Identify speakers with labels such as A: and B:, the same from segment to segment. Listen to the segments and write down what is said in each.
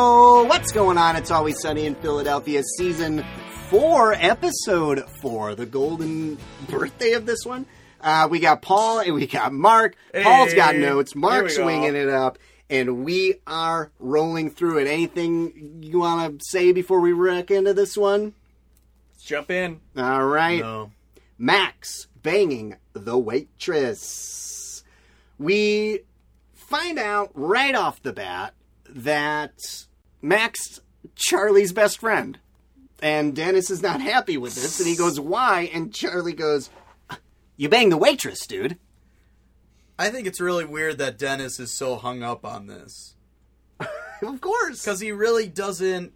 A: What's going on? It's Always Sunny in Philadelphia, season four, episode four, the golden birthday of this one. Uh, we got Paul and we got Mark. Paul's got
B: Hey,
A: notes. Mark's
B: here we go.
A: winging it up, and we are rolling through it. Anything you want to say before we wreck into this one?
B: Let's jump in.
A: All right.
B: No.
A: Max banging the waitress. We find out right off the bat that Max Charlie's best friend. And Dennis is not happy with this and he goes, "Why?" and Charlie goes, "You banged the waitress, dude."
C: I think it's really weird that Dennis is so hung up on this
A: Of course.
C: because he really doesn't.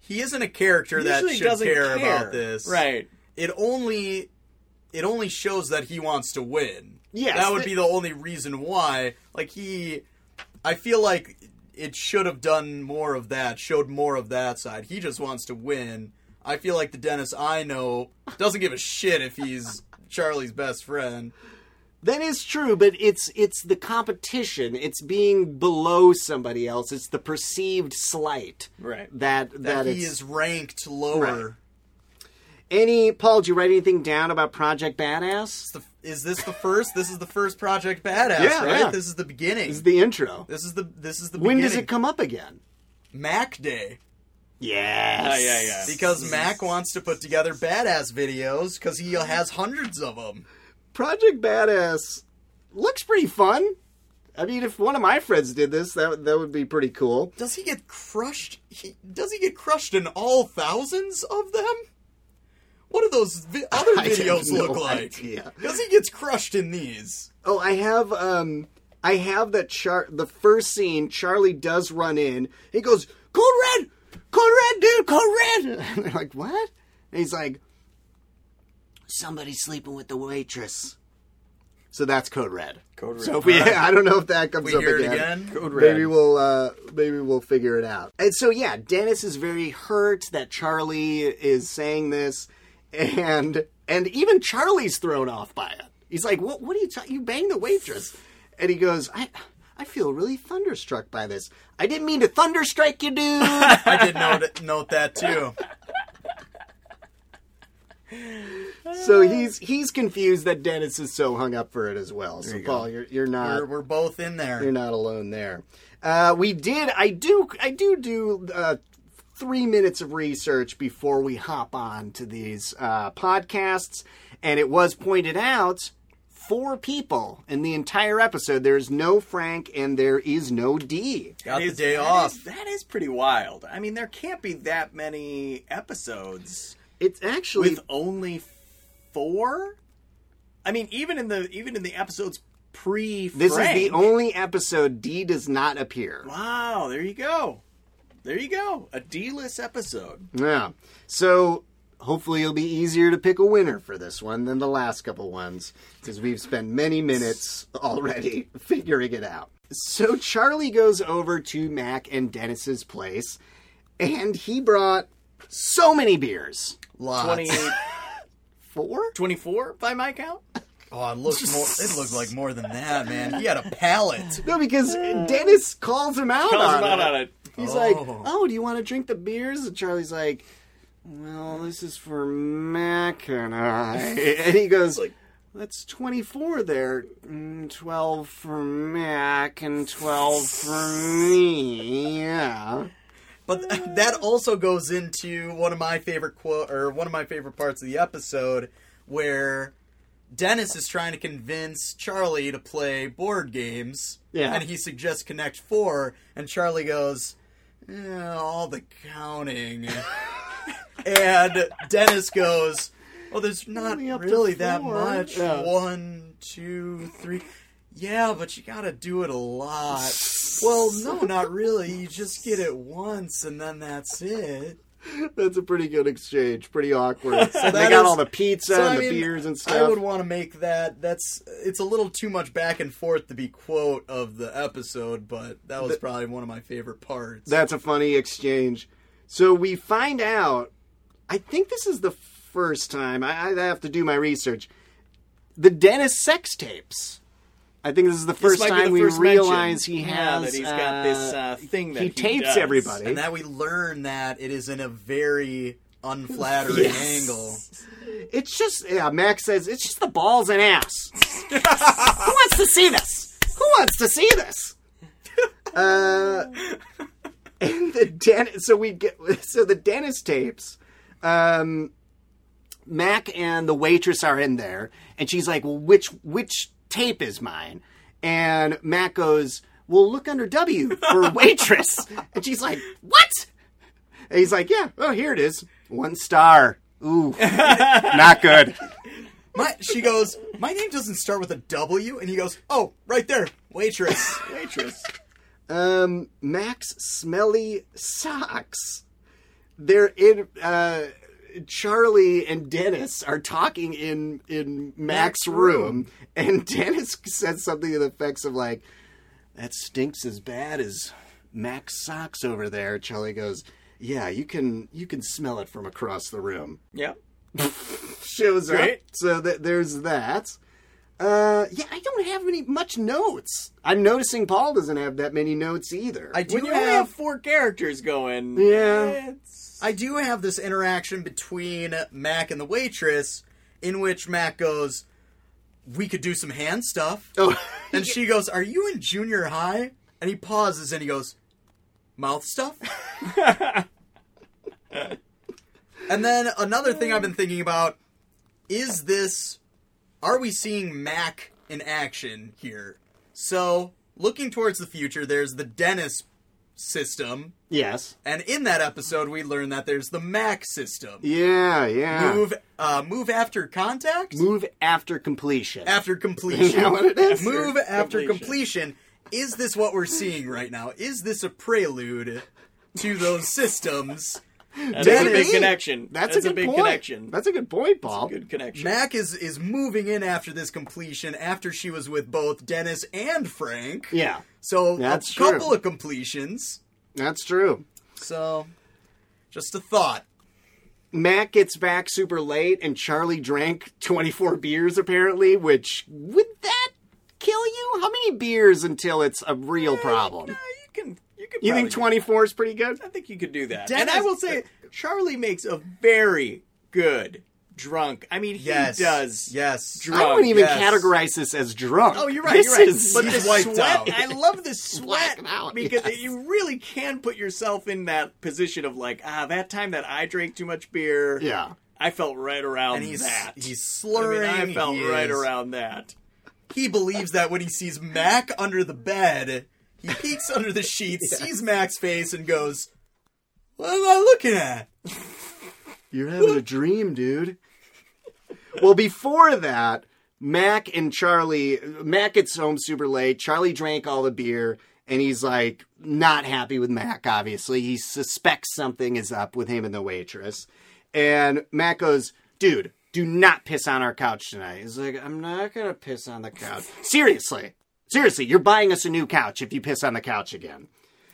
C: He isn't a character that
B: Usually
C: should
B: doesn't
C: care, about this.
B: Right.
C: It only it only shows that he wants to win.
A: Yes,
C: That would
A: the-
C: be the only reason why. Like he I feel like it should have done more of that, showed more of that side. He just wants to win. I feel like the Dennis I know doesn't give a shit if he's Charlie's best friend.
A: That is true, but it's it's the competition. It's being below somebody else. It's the perceived slight.
B: Right.
A: That that,
C: That, he
A: it's-
C: is ranked lower.
A: Right. Any Paul, did you write anything down about Project Badass?
C: the, is this the first? this is the first Project Badass,
A: Yeah,
C: right?
A: yeah.
C: This is the beginning.
A: This is the intro.
C: this is the this is the
A: When
C: beginning.
A: does it come up again?
C: Mac Day
A: Yes.
B: Oh, yeah, yeah.
C: because Mac wants to put together badass videos because he has hundreds of them.
A: Project Badass looks pretty fun. I mean, if one of my friends did this, that that would be pretty cool.
C: Does he get crushed? He does he get crushed in all thousands of them? What do those vi- other
A: I have
C: videos
A: no
C: look like?
A: idea.
C: Because he gets crushed in these.
A: Oh, I have um, I have that char. The first scene, Charlie does run in. He goes, "Code red, code red, dude, code red." And they're like, "What?" And he's like, "Somebody's sleeping with the waitress." So that's code red.
B: Code Red.
A: So if we, I don't know if that comes
C: We
A: up
C: hear it
A: again.
C: again.
B: Code Red.
A: Maybe we'll uh, maybe we'll figure it out. And so yeah, Dennis is very hurt that Charlie is saying this, and and even Charlie's thrown off by it. He's like, "What? What are you talking? You banged the waitress?" And he goes, "I." I feel really thunderstruck by this. I didn't mean to thunderstrike you, dude.
C: I did note, note that too.
A: so he's he's confused that Dennis is so hung up for it as well. So Paul, you're you're not
C: We're, we're both in there.
A: You're not alone there. Uh, we did. I do. I do do uh, three minutes of research before we hop on to these uh, podcasts, and it was pointed out four people in the entire episode. There is no Frank, and there is no D.
C: Got the
B: Is-
C: day
B: that
C: off.
B: is- that is pretty wild. I mean, there can't be that many episodes
A: It's actually
B: with only four. I mean, even in the even in the episodes pre
A: this is the only episode D does not appear.
B: Wow, there you go. There you go. A D-list episode.
A: Yeah. So hopefully it'll be easier to pick a winner for this one than the last couple ones because we've spent many minutes already figuring it out. So Charlie goes over to Mac and Dennis's place and he brought so many beers.
C: Lots.
B: 20,
A: Four?
B: 24 by my count.
C: Oh, it looked more. It looked like more than that, man. He had a palate.
A: No, because Dennis calls him out
B: Calls
A: on
B: him out
A: it.
B: on it.
A: He's like, "Oh, do you want to drink the beers?" And Charlie's like, "Well, this is for Mac and I." And he goes,
B: Like-
A: "That's twenty four there, Mm, twelve for Mac and twelve for me." Yeah.
C: But th- that also goes into one of my favorite quote or one of my favorite parts of the episode where Dennis is trying to convince Charlie to play board games.
A: Yeah.
C: And he suggests Connect Four, and Charlie goes, "Eh, "All the counting." and Dennis goes, "Well, there's not
A: Only up to
C: really that
A: four."
C: much.
A: Yeah.
C: One, two, three. Yeah, but you gotta do it a lot. Well, no, not really. You just get it once, and then that's it.
A: That's a pretty good exchange. Pretty awkward. And they
C: that
A: got
C: is-
A: all the pizza
C: So,
A: and
C: I
A: the
C: mean,
A: beers and
C: I
A: stuff.
C: would want to make that. That's it's a little too much back and forth to be quote of the episode, but that was probably one of my favorite parts.
A: That's a funny exchange. So we find out. I think this is the first time I, I have to do my research. The Dennis sex tapes. I think this is the first
B: might be
A: time
B: the
A: we
B: first mention.
A: realize he
B: Yeah,
A: has
B: that he's got this, uh, thing that
A: he
B: he
A: tapes
B: does.
A: everybody.
C: and that we learn that it is in a very unflattering
A: Yes.
C: angle.
A: It's just yeah, Max says it's just the balls and ass. Who wants to see this? Who wants to see this? Uh, and the den- so we get so the dentist tapes. Um, Mac and the waitress are in there, and she's like, "Well, which which tape is mine?" And Mac goes, "Well, look under W for waitress," and she's like, "What?" And he's like, "Yeah, oh, here it is, one star." Ooh, not good.
C: My, she goes, my name doesn't start with a W, and he goes, oh, right there, waitress, waitress.
A: Um, Max smelly socks. They're in. Uh, Charlie and Dennis are talking in in Mac's room, and Dennis says something to the effects of like, "That stinks as bad as Mac's socks over there." Charlie goes, "Yeah, you can you can smell it from across the room."
B: Yep.
A: shows up.
B: Great.
A: So that there's that. Uh, yeah, I don't have any much notes. I'm noticing Paul doesn't have that many notes either.
C: I do
B: When you
C: have,
B: only have four characters going,
A: Yeah.
B: it's-
C: I do have this interaction between Mac and the waitress, in which Mac goes, we could do some hand stuff,
A: oh,
C: and she goes, are you in junior high? And he pauses and he goes, mouth stuff. and then another thing I've been thinking about is this are we seeing Mac in action here? So, looking towards the future, there's the Dennis system,
A: yes.
C: and in that episode, we learn that there's the Mac system.
A: Yeah, yeah.
C: Move, uh, move after contact,
A: Move after completion.
C: after completion.
A: that what it is?
C: Move after
B: completion.
C: completion. Is this what we're seeing right now? Is this a prelude to those systems?
B: that's a
C: Dennis-
B: big connection.
A: That's, a good
B: big
A: point.
B: connection.
A: That's a good point, Paul.
B: good connection.
C: Mac is is moving in after this completion after she was with both Dennis and Frank.
A: yeah,
C: So
A: That's
C: a couple
A: true.
C: of completions.
A: that's true.
C: So just a thought.
A: Matt gets back super late, and Charlie drank 24 beers apparently, which would that kill you? How many beers until it's a real problem?
B: Yeah, you can. You can.
A: You think
B: probably
A: 24 is pretty good?
B: do- I think you could do that.
C: Dennis-
B: and I will say, Charlie makes a very good drunk. I mean, he
C: Yes.
B: does.
C: Yes.
A: I wouldn't even
C: yes.
A: categorize this as drunk.
B: Oh, you're right.
A: This
B: you're right.
A: is-
B: but
C: He's
B: the
C: wiped
B: sweat,
C: out.
B: I love the sweat
A: Blacking out,
B: because
A: yes.
B: you really can put yourself in that position of like, ah, that time that I drank too much beer.
A: yeah.
B: I felt right around
C: And he's
B: that. I
C: he's
B: mean,
C: slurring.
B: I felt
C: he
B: right
C: is-
B: around that.
C: He believes that when he sees Mac under the bed, he peeks under the sheets, sees Mac's face, and goes, "What am I looking at?"
A: You're having a dream, dude. well, before that, Mac and Charlie, Mac gets home super late. Charlie drank all the beer, and he's like not happy with Mac, obviously. He suspects something is up with him and the waitress. And Mac goes, dude, do not piss on our couch tonight. He's like, I'm not going to piss on the couch. Seriously. Seriously, you're buying us a new couch if you piss on the couch again.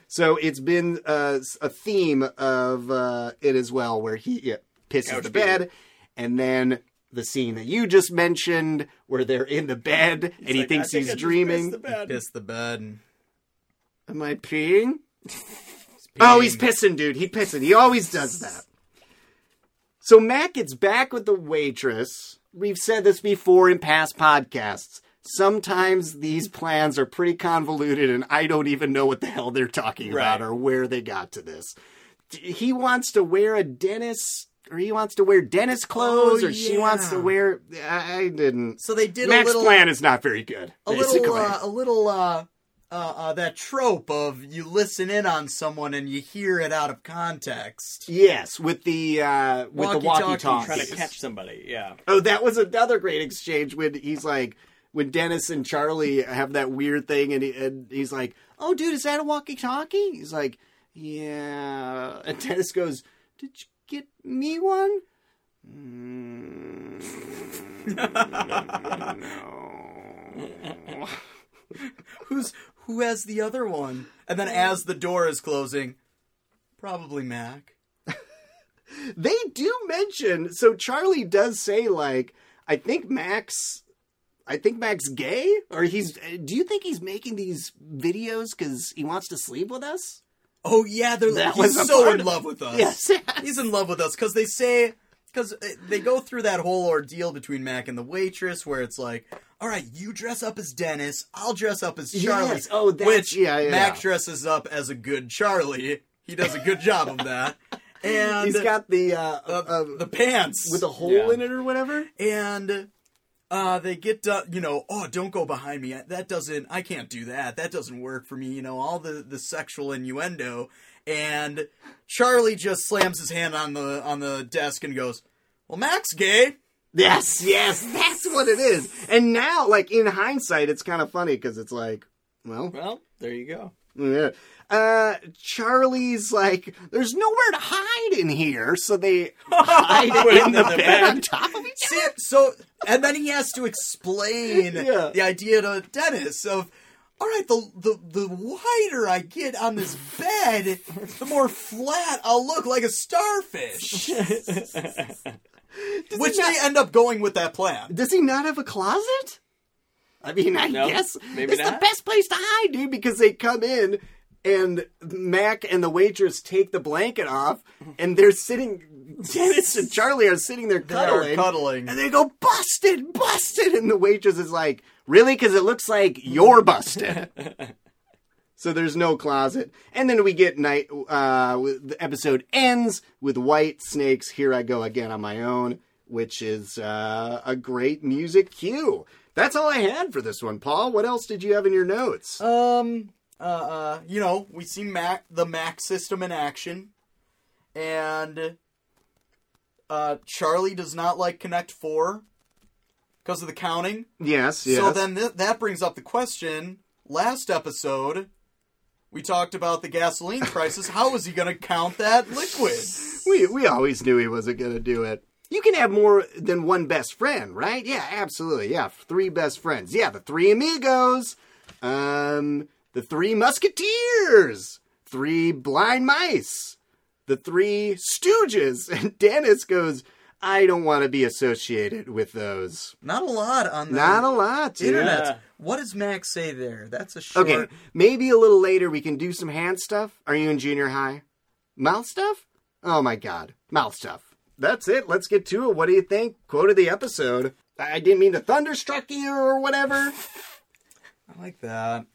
A: So it's been uh, a theme of uh, it as well, where he uh, pisses the bed, and then the scene that you just mentioned, where they're in the bed and he
B: Like, I
A: thinks
B: think I
A: he's
B: just
A: dreaming.
B: pissed the bed.
C: Piss the bed.
A: Am I peeing? Oh, he's pissing, dude. He pissing. He always does that. So Mac gets back with the waitress. We've said this before in past podcasts. Sometimes these plans are pretty convoluted, and I don't even know what the hell they're talking about
B: Right.
A: or where they got to this. D- He wants to wear a Dennis, or he wants to wear Dennis clothes,
C: Oh,
A: or she wants to
C: yeah.
A: wear. I, I didn't.
C: So they did
A: Mac's
C: a little,
A: plan is not very good.
C: a
A: basically.
C: little, uh, a little, uh, uh, uh, that trope of you listen in on someone and you hear it out of context.
A: yes, with the uh, with the walkie
C: Walkie-talkie,
A: talkie.
B: Trying to catch somebody. Yeah.
A: Oh, that was another great exchange when he's like, when Dennis and Charlie have that weird thing, and, he, and he's like, "Oh, dude, is that a walkie-talkie?" He's like, "Yeah," and Dennis goes, "Did you get me one?" Mm, no.
C: Who's who has the other one? And then as the door is closing, probably Mac.
A: They do mention so Charlie does say like I think Max I think Mac's gay, or he's. Do you think he's making these videos because he wants to sleep with us?
C: Oh yeah, they're
A: That
C: he's
A: was a
C: so
A: part
C: in
A: of-
C: love with us.
A: Yes.
C: he's in love with us because they say because they go through that whole ordeal between Mac and the waitress where it's like, all right, you dress up as Dennis, I'll dress up as Charlie.
A: Yes, oh, that's-
C: which
A: yeah, yeah,
C: Mac
A: yeah.
C: dresses up as a good Charlie. He does a good job of that, and
A: he's got the uh,
C: uh,
A: uh,
C: the pants
A: with a hole
B: Yeah.
A: in it or whatever.
C: and uh, they get done, you know, oh, don't go behind me. That doesn't, I can't do that. That doesn't work for me. You know, all the, the sexual innuendo. And Charlie just slams his hand on the on the desk and goes, "Well, Mac's gay."
A: Yes, yes, that's what it is. And now, like in hindsight, it's kind of funny because it's like, well,
B: Well, there you go.
A: yeah. uh, Charlie's like, there's nowhere to hide in here, so they hide in the bed on top of each
C: See, so and then he has to explain
A: Yeah.
C: the idea to Dennis of all right, the, the the wider I get on this bed, the more flat I'll look like a starfish. Which
A: not-
C: they end up going with that plan.
A: Does he not have a closet? I mean, I
B: No,
A: guess
B: maybe
A: it's the
B: not.
A: best place to hide, dude, because they come in and Mac and the waitress take the blanket off, and they're sitting. Dennis and Charlie are sitting there cuddling,
C: They're cuddling.
A: and they go busted, busted, and the waitress is like, "Really? Because it looks like you're busted." so there's no closet, and then we get night. Uh, with- the episode ends with white snakes. Here I go again on my own, which is uh, a great music cue. That's all I had for this one, Paul. What else did you have in your notes?
C: Um, uh, uh, you know, we see Mac the Mac system in action, and uh, Charlie does not like Connect Four because of the counting.
A: yes, yes.
C: So then th- that brings up the question. Last episode, we talked about the gasoline prices. How is he going to count that liquid?
A: we we always knew he wasn't going to do it. You can have more than one best friend, right? Yeah, absolutely. Yeah, three best friends. Yeah, the three amigos, um, the three musketeers, three blind mice, the three stooges, and Dennis goes, "I don't want to be associated with those."
C: Not a lot on the
A: Not a lot, dude.
C: internet.
B: Yeah.
C: What does Max say there? That's a short.
A: Okay, maybe a little later we can do some hand stuff. Are you in junior high? Mouth stuff? Oh my god, mouth stuff. That's it. Let's get to it. What do you think? Quote of the episode. I I didn't mean to thunderstruck you or whatever.
C: I like that.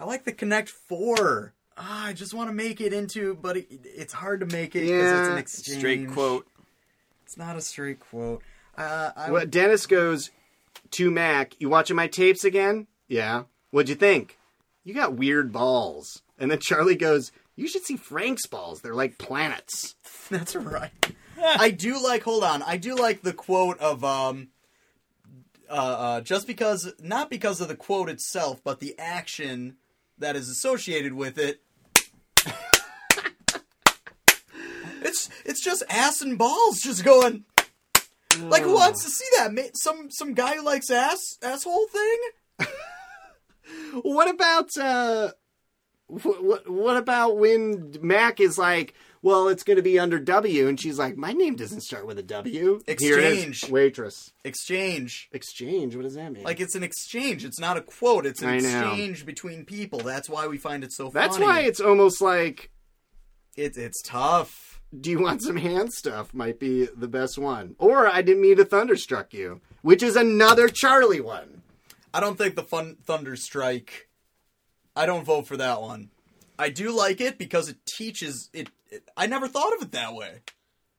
C: I like the Connect Four. Ah, I just want to make it into, but it, it's hard to make it because it's
A: Yeah.
C: an exchange.
B: Straight quote.
C: It's not a straight quote. Uh, I,
A: Well, Dennis goes to Mac. You watching my tapes again? Yeah. What'd you think? You got weird balls. And then Charlie goes. You should see Frank's balls. They're like planets.
C: That's right. I do like. Hold on. I do like the quote of um, uh, uh, just because not because of the quote itself, but the action that is associated with it. it's it's just ass and balls just going. Like who wants to see that? Ma- Some some guy who likes ass asshole thing.
A: What about uh, what, what what about when Mac is like, well, it's going to be under W, and she's like, my name doesn't start with a W. Here it is.
C: Exchange.
A: waitress
C: Exchange.
A: exchange. What does that mean?
C: Like it's an exchange. It's not a quote. It's an
A: I know.
C: exchange between people. That's why we find it so.
A: that's
C: funny.
A: why it's almost like,
C: It's it's tough.
A: do you want some hand stuff? Might be the best one. Or I didn't mean to thunderstruck you, which is another Charlie one.
C: I don't think the fun Thunder Strike. I don't vote for that one. I do like it because it teaches it. it I never thought of it that way.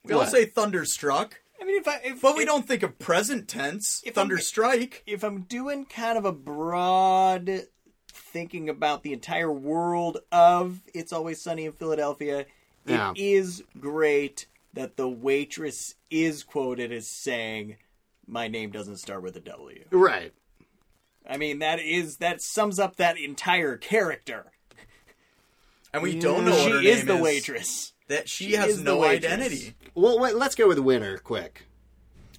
C: We all
A: What?
C: say thunderstruck,
B: I mean, if I if
C: but we
B: if-
C: don't think of present tense.
B: If I'm-
C: Thunder Strike.
B: if I'm doing kind of a broad thinking about the entire world of It's Always Sunny in Philadelphia, it is
A: Yeah.
B: great that the waitress is quoted as saying, "My name doesn't start with a W."
A: Right.
B: I mean, that is that sums up that entire character.
C: And we don't know
B: she
C: what her
B: is
C: name
B: the waitress.
C: That she,
B: is
C: has
B: the
C: no
B: waitress.
C: identity.
A: Well, wait, let's go with winner quick.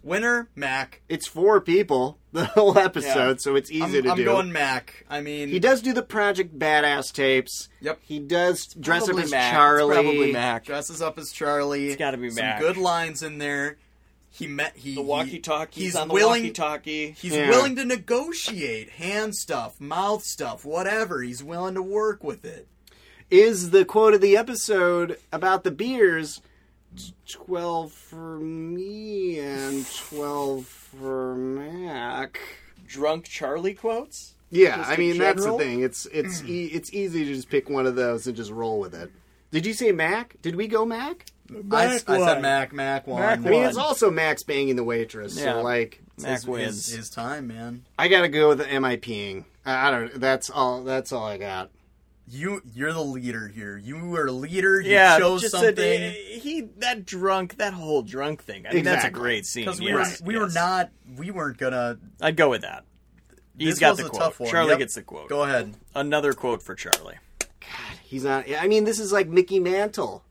C: Winner Mac.
A: It's four people the whole episode,
B: Yeah.
A: so it's easy
C: I'm,
A: to
C: I'm
A: do.
C: going Mac. I mean,
A: He does do the Project Badass tapes.
C: Yep.
A: He does dress up
B: Probably
A: as
B: Mac. It's
A: Charlie.
B: probably Mac.
C: dresses up as Charlie. It's
B: gotta be
C: Some
B: Mac.
C: good lines in there. He met he
B: The walkie talkie.
C: He's
B: He's on the
C: willing.
B: walkie talkie.
C: He's
A: Yeah.
C: willing to negotiate hand stuff, mouth stuff, whatever. He's willing to work with it.
A: Is the quote of the episode about the beers 12 for me and 12 for Mac?
B: Drunk Charlie quotes.
A: Yeah,
B: Just
A: I
B: in
A: mean that's the
B: general?
A: thing. It's it's e- it's easy to just pick one of those and just roll with it. Did you say Mac? Did we go Mac?
C: I, s- I
B: one.
C: said Mac Mac one.
B: Mac
A: I mean,
B: one.
A: it's also Max banging the waitress.
B: Yeah.
A: So like,
C: It's
B: Mac
C: his,
B: wins.
C: His, his time, man.
A: I gotta go with the MIPing. I, I don't. That's all. That's all I got.
C: You you're the leader here. You were a leader. You
B: yeah,
C: chose
B: just
C: something.
B: A, he that drunk that whole drunk thing. I mean, that's a
A: Exactly.
B: great scene.
C: because we,
B: yes,
C: were, we were
B: yes.
C: not we weren't gonna
B: I'd go with that. He's
C: This
B: got
C: was
B: the
C: a
B: quote.
C: tough one.
B: Charlie
C: Yep.
B: gets the quote.
C: go ahead
B: Another quote for Charlie.
A: He's not. I mean, this is like Mickey Mantle.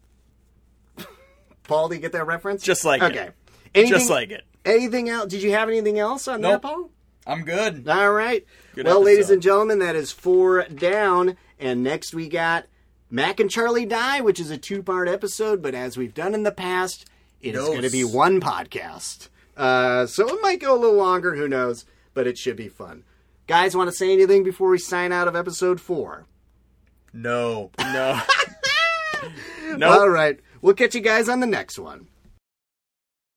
A: Paul, do you get that reference?
B: Just like it.
A: okay. Anything,
B: Just like it.
A: anything else? Did you have anything else on
B: Nope.
A: that, Paul?
C: i'm good
A: All right.
B: Good
A: well,
B: episode.
A: ladies and gentlemen, that is four down. And next we got Mac and Charlie Die, which is a two part episode. But as we've done in the past, it is
C: Dose.
A: going to be one podcast. Uh, so it might go a little longer. Who knows? But it should be fun. Guys, want to say anything before we sign out of episode four?
C: no
B: No.
A: All right. We'll catch you guys on the next one.